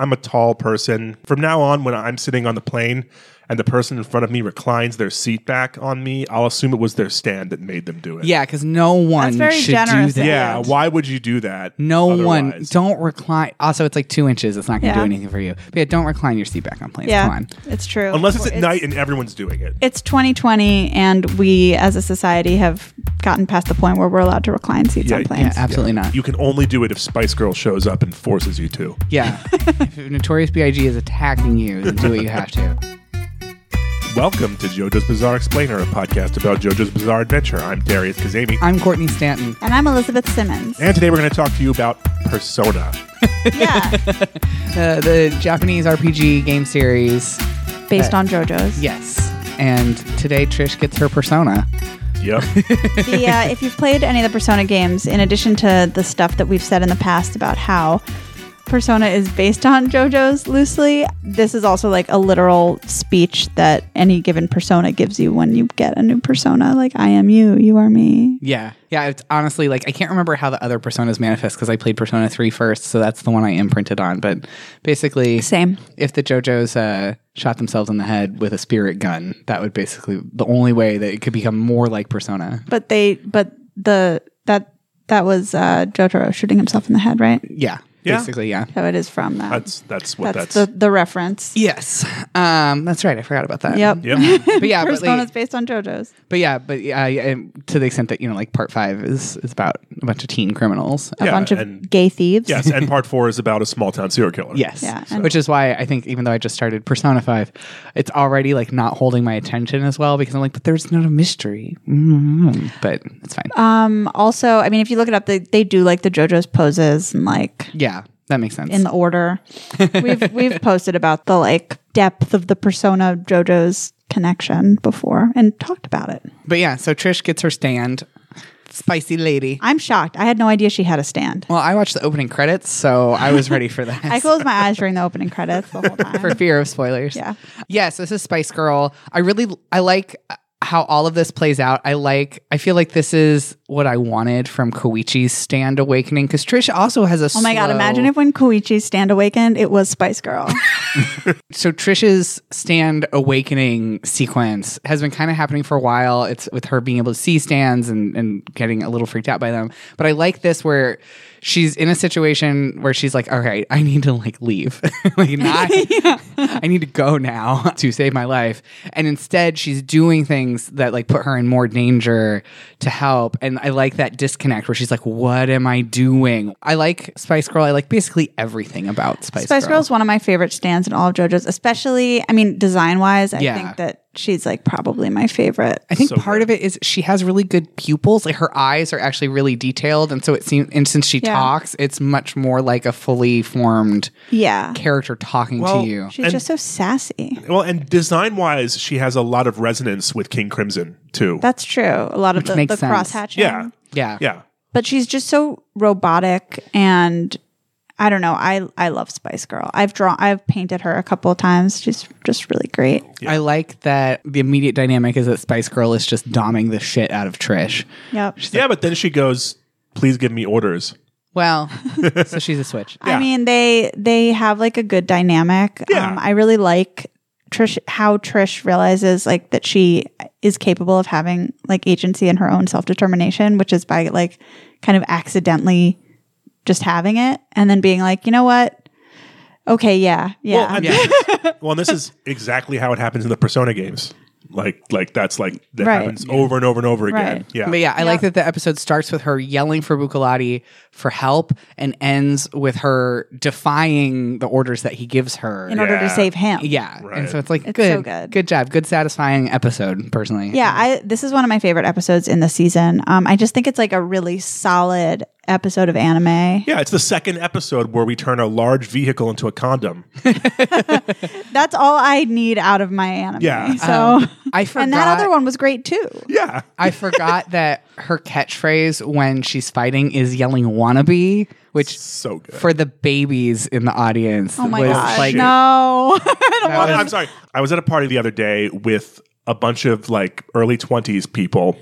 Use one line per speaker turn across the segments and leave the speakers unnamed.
I'm a tall person. From now on, when I'm sitting on the plane and the person in front of me reclines their seat back on me, I'll assume it was their stand that made them do it.
Yeah, because no one
very
should
generous
do that.
of you.
Yeah,
And-
why would you do that?
No one.
otherwise?
Don't recline. Also, it's like two inches. It's not going to
Yeah.
do anything for you. But yeah, don't recline your seat back on planes. Come
Yeah,
on.
it's true.
Unless it's at
It's-
night and everyone's doing it.
It's 2020, and we as a society have gotten past the point where we're allowed to recline seats
Yeah,
on
yeah,
planes.
Absolutely not.
You can only do it if Spice Girl shows up and forces you to.
yeah. if Notorious B.I.G. is attacking you, then do what you have to.
Welcome to JoJo's Bizarre Explainer, a podcast about JoJo's Bizarre Adventure. I'm Darius Kazemi.
I'm Courtney Stanton.
And I'm Elizabeth Simmons.
And today we're going to talk to you about Persona.
yeah,
Uh, the Japanese RPG game series.
based on JoJo's.
Yes. And today Trish gets her persona.
Yep.
the, uh, if you've played any of the Persona games, in addition to the stuff that we've said in the past about how Persona is based on JoJo's loosely, this is also like a literal speech that any given persona gives you when you get a new persona. Like, I am you, you are me.
Yeah. Yeah. It's honestly like, I can't remember how the other personas manifest because I played Persona 3 first. So that's the one I imprinted on. But basically,
Same.
if the JoJo's uh, shot themselves in the head with a spirit gun, that would basically the only way that it could become more like Persona.
But they, but the, that, that was uh, Jotaro shooting himself in the head, right?
Yeah.
Yeah.
Basically, yeah.
So it is from that.
that's that's what
that's,
that's.
the, the reference.
Yes. Um, that's right. I forgot about that.
Yep.
yep.
But yeah, but,
Persona
like,
is based on JoJo's.
but yeah, but yeah, yeah, and to the extent that you know, like part five is is about a bunch of teen criminals.
A
Yeah,
bunch
and-
of gay thieves.
yes, and part four is about a small town serial killer.
Yes.
Yeah,
So-
and-
Which is why I think even though I just started Persona 5, it's already like not holding my attention as well because I'm like, but there's not a mystery. mm But it's fine.
Um, also, I mean, if you look it up, they, they do like the JoJo's poses and like
yeah. That makes sense.
in the order. we've we've posted about the like depth of the persona of JoJo's connection before and talked about it.
but yeah, so Trish gets her stand. Spicy lady.
I'm shocked. I had no idea she had a stand.
Well, I watched the opening credits, so I was ready for that.
I closed my eyes during the opening credits the whole
for
time.
fear of spoilers.
Yeah.
Yes, this is Spice Girl. I really I like how all of this plays out. I like I feel like this is what I wanted from Koichi's stand awakening because Trish also has a
Oh my god!
slow-
Imagine if when Koichi's stand awakened, it was Spice Girl.
so Trish's stand awakening sequence has been kind of happening for a while. It's with her being able to see stands and, and getting a little freaked out by them. But I like this where she's in a situation where she's like, all right, I need to like leave. like not, I need to go now to save my life. And instead she's doing things that like put her in more danger to help. And I like that disconnect where she's like, what am I doing? I like Spice Girl. I like basically everything about Spice,
Spice
Girl.
Girl is one of my favorite stands in all of JoJo's, especially I mean, design wise. I
Yeah.
think that she's like probably my favorite.
I think
So
part of it is she has really good pupils. Like her eyes are actually really detailed, and so it seems. And since she
Yeah.
talks, it's much more like a fully formed
Yeah,
character talking
Well,
to you.
she's
And-
just so sassy.
Well, and design wise, she has a lot of resonance with King Crimson too.
That's true. A lot of the,
makes
the
sense.
cross hatching.
yeah,
yeah.
yeah.
but she's just so robotic and I don't know. I I love Spice Girl. I've drawn I've painted her a couple of times. She's just really great.
I like that the immediate dynamic is that Spice Girl is just doming the shit out of Trish.
Yep.
Yeah, but then she goes, "Please give me orders."
Well, so she's a switch.
Yeah.
I mean, they they have like a good dynamic. Um,
Yeah.
I really like Trish how Trish realizes like that she is capable of having like agency and her own self-determination, which is by like kind of accidentally just having it and then being like, "You know what? Okay, yeah. Yeah.
Well, and well, and this is exactly how it happens in the Persona games. Like, like that's like that
Right.
happens over and over and over again.
Right.
Yeah.
But yeah, I like that the episode starts with her yelling for Bucalati for help and ends with her defying the orders that he gives her.
in order to
Yeah.
save him."
Yeah.
Right.
And so it's like
It's
good,
so good.
good job, good satisfying episode. Personally,
Yeah, I this is one of my favorite episodes in the season. Um, I just think it's like a really solid episode of anime.
Yeah, it's the second episode where we turn a large vehicle into a condom.
That's all I need out of my anime.
Yeah. Um,
So
I forgot.
and that other one was great too.
Yeah.
I forgot that her catchphrase when she's fighting is yelling "wannabe," which
So good.
for the babies in the audience
Oh my
was
gosh.
like
no. I don't
that
want
I-
was-
I'm sorry. I was at a party the other day with a bunch of like early 20s people.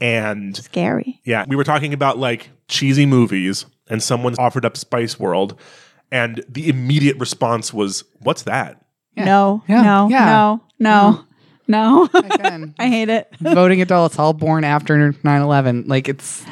And
scary.
yeah, we were talking about like cheesy movies, and someone offered up Spice World. And the immediate response was, What's that?
Yeah.
No,
Yeah.
no,
Yeah.
no, no, no,
Again,
I hate it.
voting adults all born after 9-11 like it's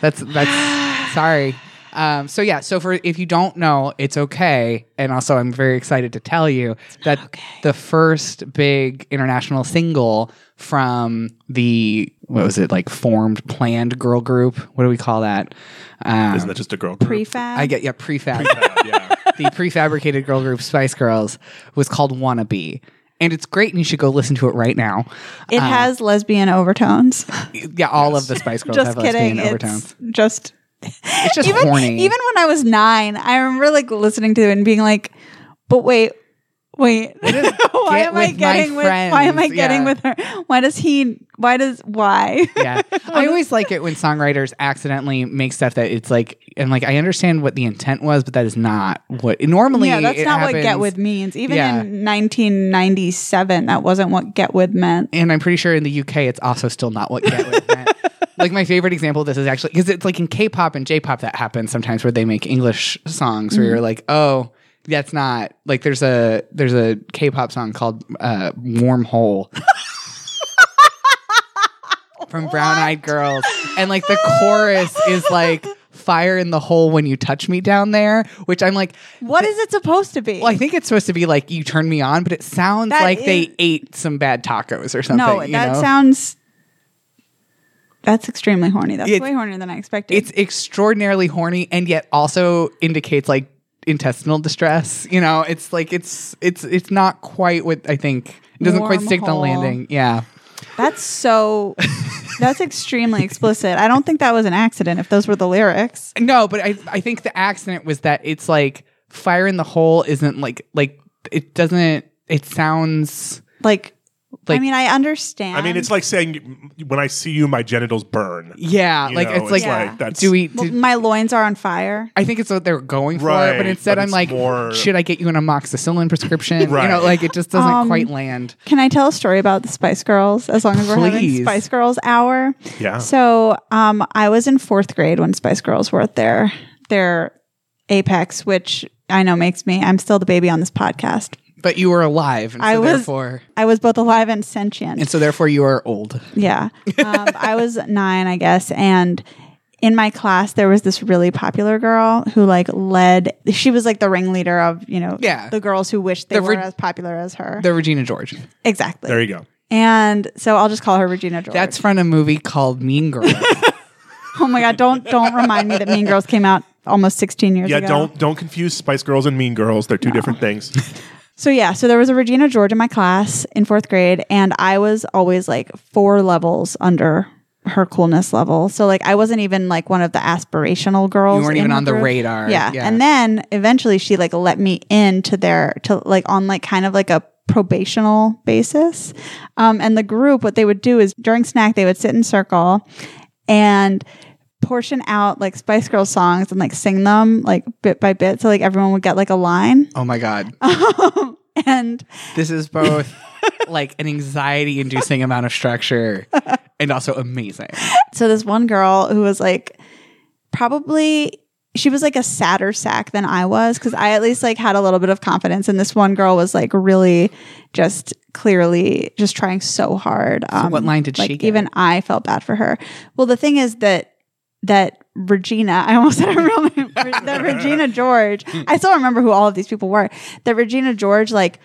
that's that's sorry um, so yeah so for if you don't know it's okay and also i'm very excited to tell you that the first big international single from the what was it like formed planned girl group what do we call that um,
Isn't that just a girl group?
Prefab.
i get yeah prefab
Yeah, yeah.
the prefabricated girl group Spice Girls was called Wannabe. And it's great, and you should go listen to it right now.
it
uh,
has lesbian overtones.
Yeah, all of the Spice Girls
just
have
kidding.
lesbian
It's
overtones.
just
It's just
even
horny.
even when I was nine, I remember like listening to it and being like, "But wait, wait, why
Get
am I
with my
getting with why am I
friends,
getting
yeah.
with her? Why does he? Why does why?"
yeah, I always like it when songwriters accidentally make stuff that it's like, and like I understand what the intent was, but that is not what normally.
yeah, that's
it
not what get
happens-
with means. Even
Yeah.
in 1997, that wasn't what get with meant.
and I'm pretty sure in the UK it's also still not what get with meant. like my favorite example of this is actually because it's like in K-pop and J-pop that happens sometimes where they make English songs where you're
Mm-hmm.
like, oh, that's not like there's a there's a K-pop song called uh, Wormhole. From Brown Eyed Girls. And like the chorus is like fire in the hole when you touch me down there, which I'm like,
What is it supposed to be?
well, I think it's supposed to be like you turn me on, but it sounds
That
like
is-
they ate some bad tacos or something.
no,
you
that
know?
sounds. That's extremely horny. That's
It's-
way hornier than I expected.
it's extraordinarily horny and yet also indicates like intestinal distress you know it's like it's it's it's not quite what i think it doesn't quite stick the
Wormhole.
landing yeah
That's so. that's extremely explicit. I don't think that was an accident. If those were the lyrics,
no but i i think the accident was that it's like fire in the hole isn't like like it doesn't it sounds
like, I
Like-
mean, I understand.
I mean, it's like saying, When I see you, my genitals burn.
yeah
You
like
know,
it's like
Yeah.
that's,
do we
Well,
do,
my loins are on fire.
I think it's what they're going for,
Right,
but instead
but
I'm
it's
like,
more-
should I get you an amoxicillin prescription? You know,
Right.
like it just doesn't
Um,
quite land.
Can I tell a story about the Spice Girls? As long as we're having
Please.
Spice Girls hour.
Oh.
Yeah.
So, um, I was in fourth grade when Spice Girls were at their their apex, which I know makes me. I'm still the baby on this podcast.
But you were alive, and so
I was-
therefore,
I was both alive and sentient.
and so therefore you are old.
Yeah. Um, I was nine, I guess. And in my class, there was this really popular girl who like led, she was like the ringleader of, you know,
Yeah.
the girls who wished they
The re-
were as popular as her.
The Regina George.
exactly.
There you go.
and so I'll just call her Regina George.
That's from a movie called Mean Girls.
oh my God. Don't, don't remind me that Mean Girls came out almost 16 years
Yeah,
ago.
don't don't confuse Spice Girls and Mean Girls. They're two different things.
So yeah, so there was a Regina George in my class in fourth grade, and I was always like four levels under her coolness level. So like I wasn't even like one of the aspirational girls.
weren't
in
even
her
on the
group.
radar.
Yeah.
Yeah.
and then eventually she like let me in to their to like on like kind of like a probational basis. Um, and the group, what they would do is during snack they would sit in circle and portion out like Spice Girls songs and like sing them like bit by bit. So like everyone would get like a line.
oh my God.
And
This is both like an anxiety inducing amount of structure and also amazing.
so this one girl who was like probably she was like a sadder sack than I was because I at least like had a little bit of confidence, and this one girl was like really just clearly just trying so hard. Um,
what line did she
like,
get?
Even I felt bad for her. Well, the thing is that that Regina, I almost said her real name, that Regina George. I still remember who all of these people were. That Regina George like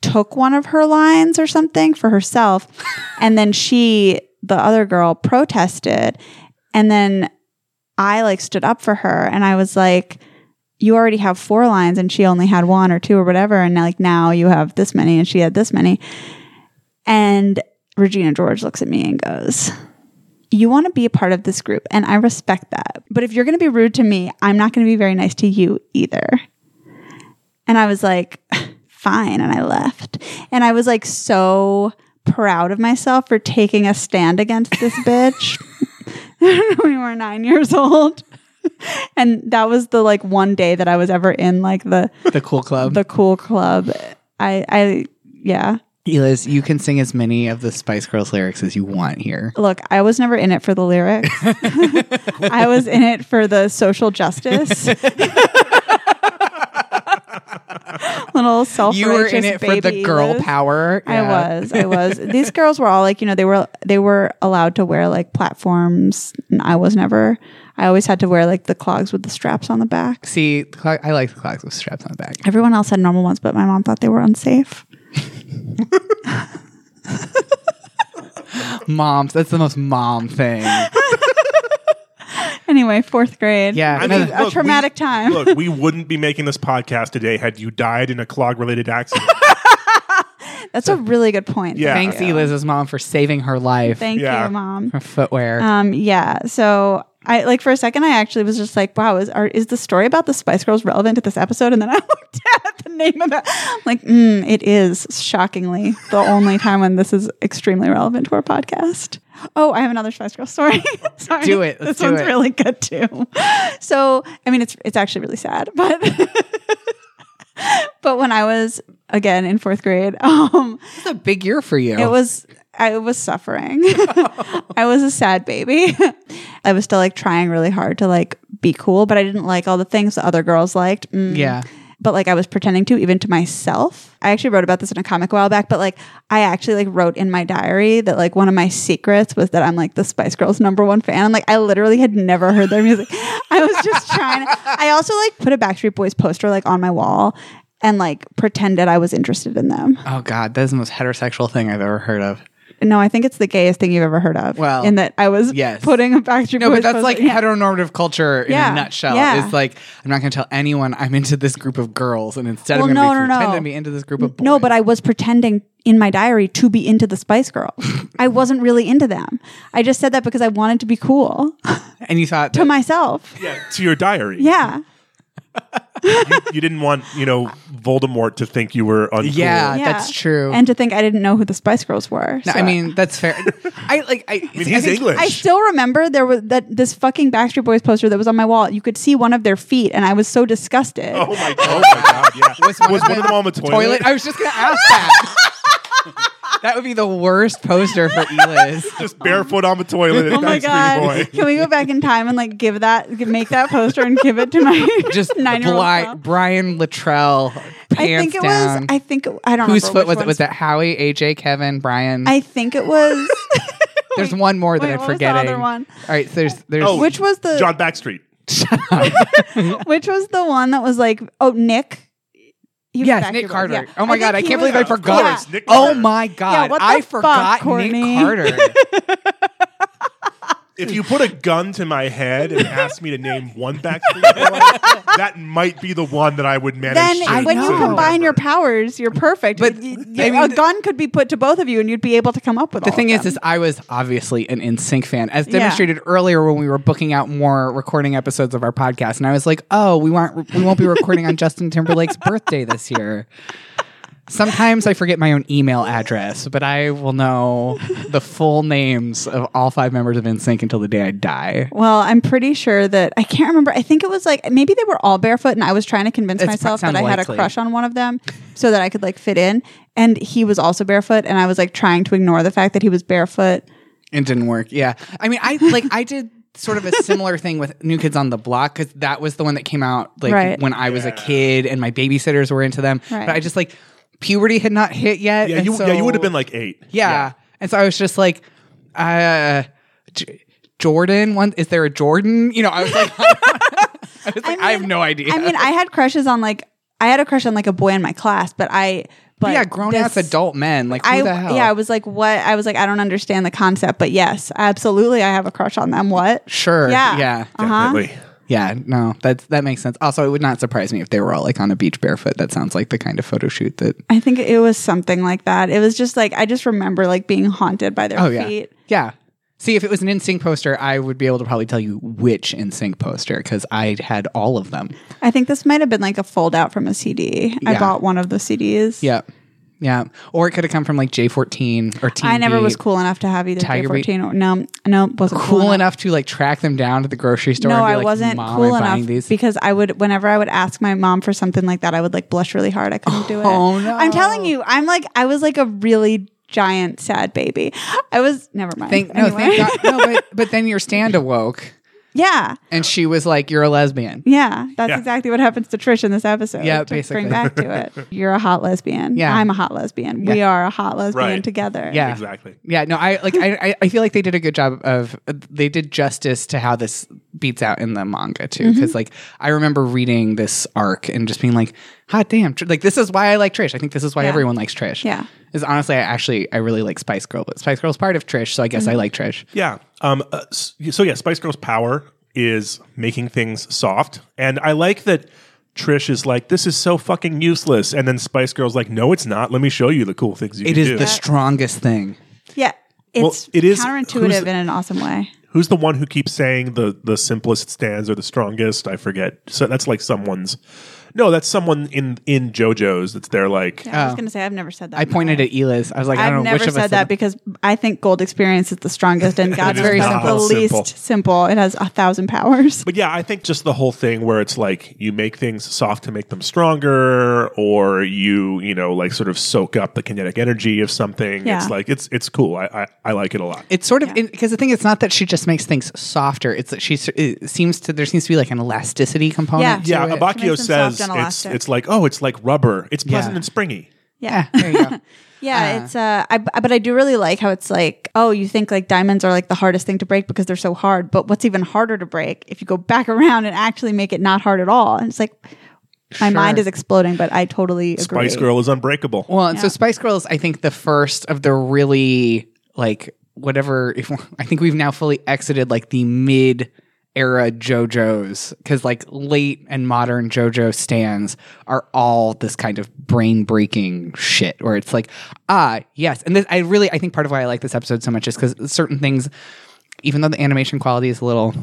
took one of her lines or something for herself. and then she, the other girl, protested. And then I like stood up for her and I was like, you already have four lines and she only had one or two or whatever. And like now you have this many and she had this many. And Regina George looks at me and goes, You want to be a part of this group. And I respect that. But if you're going to be rude to me, I'm not going to be very nice to you either. And I was like, fine. And I left. And I was like so proud of myself for taking a stand against this bitch. we were nine years old. And that was the like one day that I was ever in like the
The cool club.
the cool club. I I yeah.
Eliz, you can sing as many of the Spice Girls lyrics as you want here.
Look, I was never in it for the lyrics. I was in it for the social justice. little self
you were in it for the girl power.
I
Yeah.
was. I was. These girls were all like, you know, they were they were allowed to wear like platforms, and I was never. I always had to wear like the clogs with the straps on the back.
See, the clock, I like the clocks with straps on the back.
Everyone else had normal ones, but my mom thought they were unsafe.
Moms, that's the most mom thing.
Anyway, fourth grade.
Yeah,
I
no,
mean,
a
look,
traumatic
we-
time.
Look, we wouldn't be making this podcast today had you died in a clog related accident.
That's a really good point.
Yeah.
thanks, Eliza's mom, for saving her life.
Thank
Yeah.
you, mom.
her footwear.
Um, yeah. So I like for a second, I actually was just like, wow, is are, is the story about the Spice Girls relevant to this episode? And then I looked at the name of it. I'm like, mm, it is shockingly the only time when this is extremely relevant to our podcast. Oh, I have another Spice Girl story. Sorry.
Do it. Let's
this
do
one's
it.
really good too. So, I mean, it's it's actually really sad, but. But when I was again in fourth grade, um,
It's a big year for you.
it was I was suffering. I was a sad baby. I was still like trying really hard to like be cool, but I didn't like all the things the other girls liked. Mm.
yeah.
But like I was pretending to even to myself. I actually wrote about this in a comic a while back, but like I actually like wrote in my diary that like one of my secrets was that I'm like the Spice Girls number one fan. And like I literally had never heard their music. I was just trying. I also like put a Backstreet Boys poster like on my wall and like pretended I was interested in them.
Oh God, that's the most heterosexual thing I've ever heard of.
No, I think it's the gayest thing you've ever heard of.
Well,
in that I was
yes.
putting a Backstreet
No,
Boys.
but that's
poster-
like heteronormative culture in
Yeah.
a nutshell.
Yeah.
It's like I'm not going to tell anyone I'm into this group of girls, and instead
Well,
I'm going to
no, no, no.
pretend to be into this group of boys.
no, but I was pretending in my diary to be into the Spice Girls. I wasn't really into them. I just said that because I wanted to be cool
and you thought
to myself.
yeah, to your diary.
Yeah,
You, you didn't want, you know, Voldemort to think you were uncool.
Yeah.
yeah,
That's true.
And to think I didn't know who the Spice Girls were.
No,
so
I mean that's fair. I like. I,
I mean, he's
think-
English.
I still remember there was that this fucking Backstreet Boys poster that was on my wall. You could see one of their feet, and I was so disgusted.
oh, my, oh my God. Yeah. Was,
one of
one of them on the toilet?
Toilet. I was just going to ask that. that would be the worst poster for Eliz.
Just barefoot on the toilet. at
Oh my
Backstreet
god!
Boy.
Can we go back in time and like give that, make that poster and give it to my
Just
nine-year-old
Bli-
self?
Brian Luttrell. Pants
I think it
down.
was. I think it- I don't.
Whose
remember
foot was
which
it? Was
ones.
that Howie, AJ, Kevin, Brian?
I think it was.
there's one more that
wait,
I'm
what was the other
forgetting.
one?
All right, so there's there's
Oh.
which was the
John Backstreet.
which was the one that was like oh Nick. He was
yes,
back
Nick
here,
Carter.
yeah.
Oh my god,
think
I
he
can't
was-
believe I
Of
forgot.
course, Nick
oh
Carter.
my
Yeah,
god,
what the
I
fuck,
forgot
Courtney?
Nick Carter.
If you put a gun to my head and asked me to name one Backstreet Boy, that might be the one that I would manage
Then
to
I
when you
know.
remember.
combine your powers, you're perfect.
But,
But y
I
y-
mean,
a
the-
gun could be put to both of you, and you'd be able to come up with
the
all
thing
of
is,
them.
is I was obviously an NSYNC fan, as
Yeah.
demonstrated earlier when we were booking out more recording episodes of our podcast, and I was like, oh, we won't we won't be recording on Justin Timberlake's birthday this year. Sometimes I forget my own email address, but I will know the full names of all five members of NSYNC until the day I die.
well, I'm pretty sure that I can't remember. I think it was like maybe they were all barefoot, and I was trying to convince
It's-
myself that
sounds
I had a
likely.
crush on one of them, so that I could like fit in. And he was also barefoot, and I was like trying to ignore the fact that he was barefoot.
It didn't work. Yeah. I mean, I like I did sort of a similar thing with New Kids on the Block because that was the one that came out like
Right.
when I was a kid and my babysitters were into them.
Right.
But I just like puberty had not hit yet.
Yeah,
and
you,
so-
yeah, you would have been like eight.
yeah. And so I was just like, uh, J- Jordan. One is there a Jordan? You know, I was like, I, was like, I
mean-
have no idea.
I mean, I had crushes on like I had a crush on like a boy in my class, but I but
yeah, grown ass
this-
adult men. Like, who
I
the hell?
yeah, I was like, what? I was like, I don't understand the concept, but yes, absolutely, I have a crush on them. What?
sure.
Yeah.
Yeah.
Definitely.
Yeah, no, that's that makes sense. Also, it would not surprise me if they were all like on a beach barefoot. That sounds like the kind of photo shoot that.
I think it was something like that. It was just like I just remember like being haunted by their
Oh yeah,
feet.
yeah. See, if it was an NSYNC poster, I would be able to probably tell you which NSYNC poster because I had all of them.
I think this might have been like a fold out from a CD. I
Yeah.
bought one of the CDs.
Yeah, yeah. Or it could have come from like J fourteen or Teen
I never was
Beat.
cool enough to have either
Tiger Beat.
J14 or no, no, wasn't
cool enough to like track them down to the grocery store.
No,
and be
I
like,
wasn't
Mom,
cool
I'm buying
enough
These.
because I would, whenever I would ask my mom for something like that, I would like blush really hard. I couldn't do it.
Oh, no.
I'm telling you, I'm like, I was like a really giant sad baby. I was never mind.
Thank no,
Anyway.
thank God. no, but but then your stand awoke.
Yeah.
and she was like, "You're a lesbian."
Yeah. That's
Yeah.
exactly what happens to Trish in this episode.
Yeah,
to
basically.
Bring back to it. You're a hot lesbian.
Yeah.
I'm a hot lesbian. We are a hot lesbian
Right.
together.
Yeah.
Exactly.
Yeah, no, I like I I- I feel like they did a good job of they did justice to how this beats out in the manga
Mm-hmm.
too because like I remember reading this arc and just being like, hot damn, Tr- like this is why I like Trish. I think this is why
Yeah.
everyone likes Trish.
Yeah.
is honestly I actually I really like Spice Girl, but Spice Girl's part of Trish, so I
Mm-hmm.
guess I like Trish.
Yeah. Um. uh, s- so yeah, Spice Girl's power is making things soft, and I like that. Trish is like, this is so fucking useless, and then Spice Girl's like, no, it's not. Let me show you the cool things you
It
can
is
do.
the strongest thing.
Yeah.
Well,
It's
it is-
counterintuitive
who's-
in an awesome way.
Who's the one who keeps saying the the simplest stands are the strongest? I forget. So that's like someone's. No, that's someone in in JoJo's. That's their like.
Yeah, I was going to say, I've never said that.
Oh. I pointed at Eliz. I was like, I don't
I've
know
never
which of us
said that because I think gold experience is the strongest and God's
is
very
not
simple. the
simple.
least simple. It has a thousand powers.
But yeah, I think just the whole thing where it's like you make things soft to make them stronger, or you you know like sort of soak up the kinetic energy of something.
Yeah.
It's like it's it's cool. I I, I like it a lot.
It's sort of because the thing it's not that she just makes things softer. It's that she s- it seems to there seems to be like an elasticity component.
yeah,
to it.
She
Abakio
makes them
says
soft and
it's
elastic.
it's like oh, it's like rubber. It's pleasant and springy.
yeah. There you go.
Yeah, it's uh, I, I- but I do really like how it's like, oh, you think like diamonds are like the hardest thing to break because they're so hard, but what's even harder to break if you go back around and actually make it not hard at all? And it's like, my
Sure.
mind is exploding, but I totally agree.
Spice Girl is unbreakable.
Well, and so Spice Girls, I think the first of the really like whatever. If I think we've now fully exited like the mid era JoJo's because like late and modern JoJo stands are all this kind of brain breaking shit where it's like ah yes, and this I really I think part of why I like this episode so much is because certain things, even though the animation quality is a little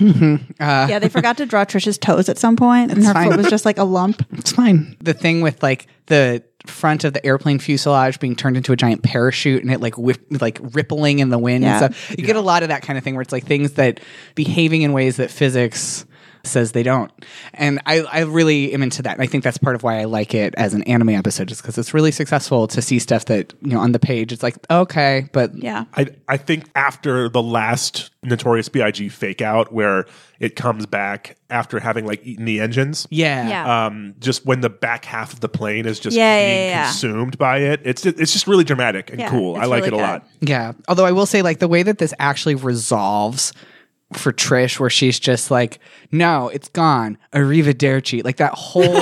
Yeah, they forgot to draw Trisha's toes at some point, and her
fine.
foot was just like a lump.
It's fine. The thing with like the front of the airplane fuselage being turned into a giant parachute and it like whip, like rippling in the wind
Yeah.
and stuff. You get a lot of that kind of thing where it's like things that behaving in ways that physics says they don't. And I, I really am into that. And I think that's part of why I like it as an anime episode is because it's really successful to see stuff that, you know, on the page, it's like, okay, but
Yeah,
I, I think after the last notorious BIG fake out where it comes back after having like eaten the engines.
yeah.
Yeah.
Um, just when the back half of the plane is just
Yeah, yeah,
being
yeah, yeah.
consumed by it. It's just, it's just really dramatic and
Yeah,
cool. I
it's
like
really
it a
good.
lot.
Yeah. Although I will say, like, the way that this actually resolves for Trish, where she's just like, no, it's gone. Arrivederci. Like, that whole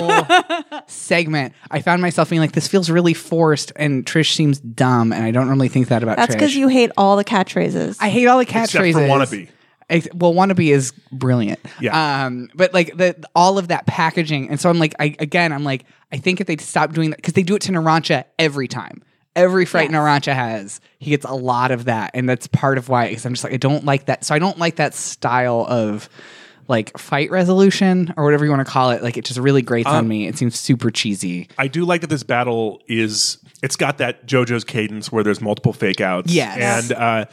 segment, I found myself being like, this feels really forced, and Trish seems dumb, and I don't normally think that about
that's
Uh, Trish.
because you hate all the catchphrases.
I hate all the catchphrases.
Except for Wannabe.
Ex- Well, wannabe is brilliant.
Yeah.
Um, but like the all of that packaging, and so I'm like, I again, I'm like, I think if they stop doing that, because they do it to Narancha every time. Every fright
Yes.
Narancha has, he gets a lot of that, and that's part of why. Because I'm just like, I don't like that. So I don't like that style of like fight resolution or whatever you want to call it. Like it just really grates
Uh,
on me. It seems super cheesy.
I do like that this battle is it's got that JoJo's cadence where there's multiple fake outs.
Yes.
And uh,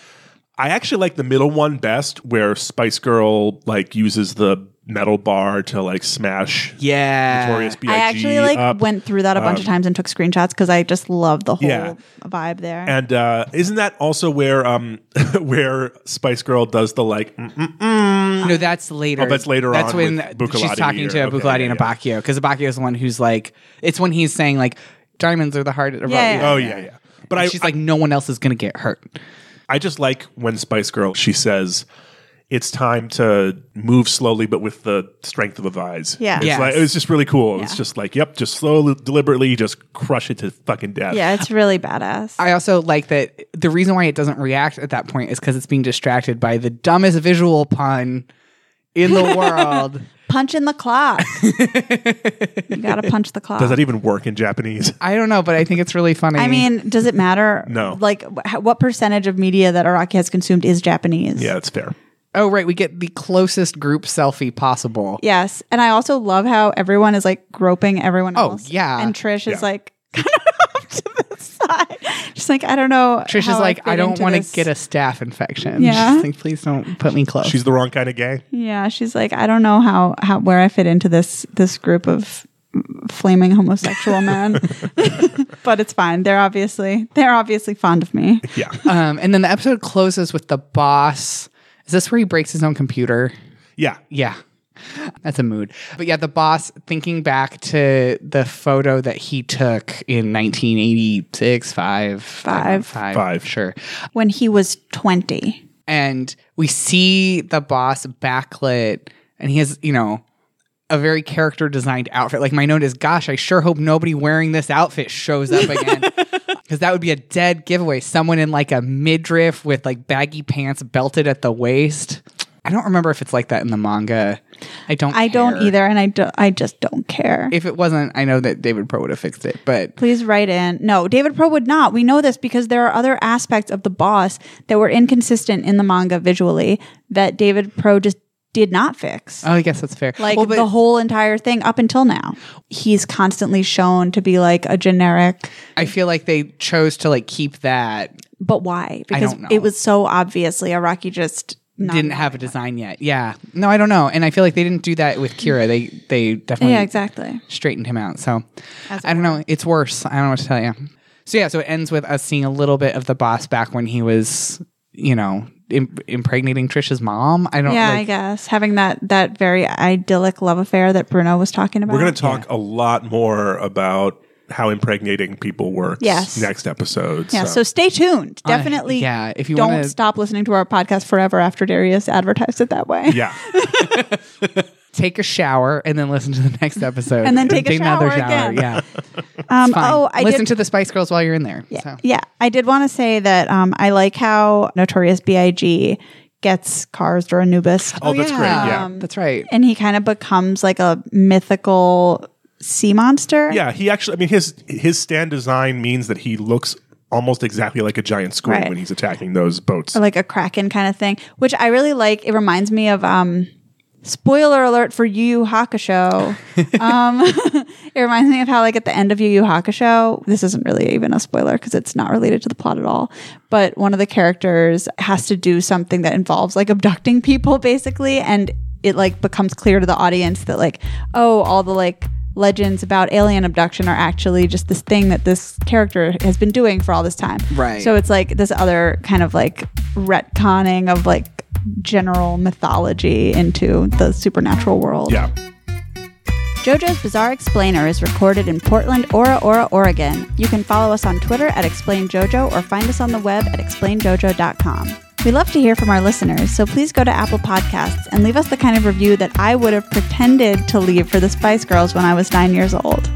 I actually like the middle one best where Spice Girl like uses the metal bar to like smash
Yeah.
notorious BIG.
I actually like
up.
went through that a bunch of times and took screenshots because I just love the whole
Yeah.
vibe there.
And uh, isn't that also where um where Spice Girl does the like? "Mm, mm-mm?
No, that's later.
Oh, that's later
That's
on
when
with
she's
Bucalotti
talking to
or- okay,
Bucalotti
yeah,
and
yeah.
Abacchio because Abacchio is the one who's like, it's when he's saying like, diamonds are the hardest.
Yeah, yeah.
Oh yeah, yeah. But I,
she's like, no one else is gonna get hurt.
I just like when Spice Girl she says it's time to move slowly but with the strength of a vise.
Yeah.
It's
Yes.
like, it was just really cool. It's
Yeah.
just like, yep, just slowly deliberately just crush it to fucking death.
yeah, it's really badass.
I also like that the reason why it doesn't react at that point is because it's being distracted by the dumbest visual pun in the world.
punch in the clock. you gotta punch the clock.
Does that even work in Japanese?
I don't know, but I think it's really funny.
I mean, does it matter?
No.
Like, wh- how- what percentage of media that Iraqi has consumed is Japanese?
yeah, that's fair.
oh right, we get the closest group selfie possible.
Yes, and I also love how everyone is like groping everyone
Oh,
else.
yeah.
and Trish
Yeah.
is like kind of off to the side. She's like, I don't know.
Trish
how
is like,
fit
I don't
into
want to
this."
get a staph infection.
Yeah.
She's like, please don't put me close.
She's the wrong kind of gay.
Yeah, she's like, I don't know how how where I fit into this this group of flaming homosexual men, but it's fine. They're obviously they're obviously fond of me.
Yeah.
Um, and then the episode closes with the boss. Is this where he breaks his own computer?
Yeah.
Yeah. That's a mood. But yeah, the boss, thinking back to the photo that he took in 1986, five,
Five.
five,
Five.
sure.
when he was 20.
And we see the boss backlit, and he has, you know, a very character designed outfit. Like my note is, gosh, I sure hope nobody wearing this outfit shows up again. Because that would be a dead giveaway. Someone in like a midriff with like baggy pants belted at the waist. I don't remember if it's like that in the manga. I don't.
I don't
care.
either, and I don't. I just don't care.
If it wasn't, I know that David Pro would have fixed it, but
Please write in. No, David Pro would not. We know this because there are other aspects of the boss that were inconsistent in the manga visually that David Pro just did not fix.
oh, I guess that's fair.
like
Well, but-
the whole entire thing up until now, he's constantly shown to be like a generic.
I feel like they chose to like keep that.
But why? Because
don't know.
it was so obviously Iraqi just not
didn't have a design yet. Yeah. No, I don't know. And I feel like they didn't do that with Kira. They they definitely
Yeah, exactly.
straightened him out. So I don't know. It's worse. I don't know what to tell you. So yeah, so it ends with us seeing a little bit of the boss back when he was, you know, im- impregnating Trisha's mom. I don't.
Yeah,
like,
I guess having that that very idyllic love affair that Bruno was talking about.
We're going to talk a lot more about how impregnating people works
Yes.
next episode.
Yeah, so. stay tuned. Definitely.
yeah, if you
don't
wanna-
stop listening to our podcast forever after Darius advertised it that way.
yeah.
Take a shower and then listen to the next episode,
And then take a
another
shower
shower.
again.
Yeah.
Um,
Fine.
oh, I
listen
did.
to the Spice Girls while you're in there.
yeah,
So.
yeah, I did want to say that um, I like how Notorious B.I.G. gets Cars or Anubis,
Oh, that's great. Yeah.
that's right.
and he kind of becomes like a mythical sea monster.
yeah. He actually, I mean, his his stand design means that he looks almost exactly like a giant squid
Right.
when he's attacking those boats.
or like a kraken kind of thing, which I really like. It reminds me of um, spoiler alert for Yu Yu Hakusho. um, it reminds me of how like at the end of Yu Yu Hakusho, this isn't really even a spoiler because it's not related to the plot at all. But one of the characters has to do something that involves like abducting people, basically, and it like becomes clear to the audience that like oh all the like legends about alien abduction are actually just this thing that this character has been doing for all this time
Right.
so it's like this other kind of like retconning of like general mythology into the supernatural world.
yeah.
JoJo's Bizarre Explainer is recorded in Portland, Ora Ora, Oregon. You can follow us on Twitter at ExplainJoJo or find us on the web at explainjojo.com. We love to hear from our listeners, so please go to Apple Podcasts and leave us the kind of review that I would have pretended to leave for the Spice Girls when I was nine years old.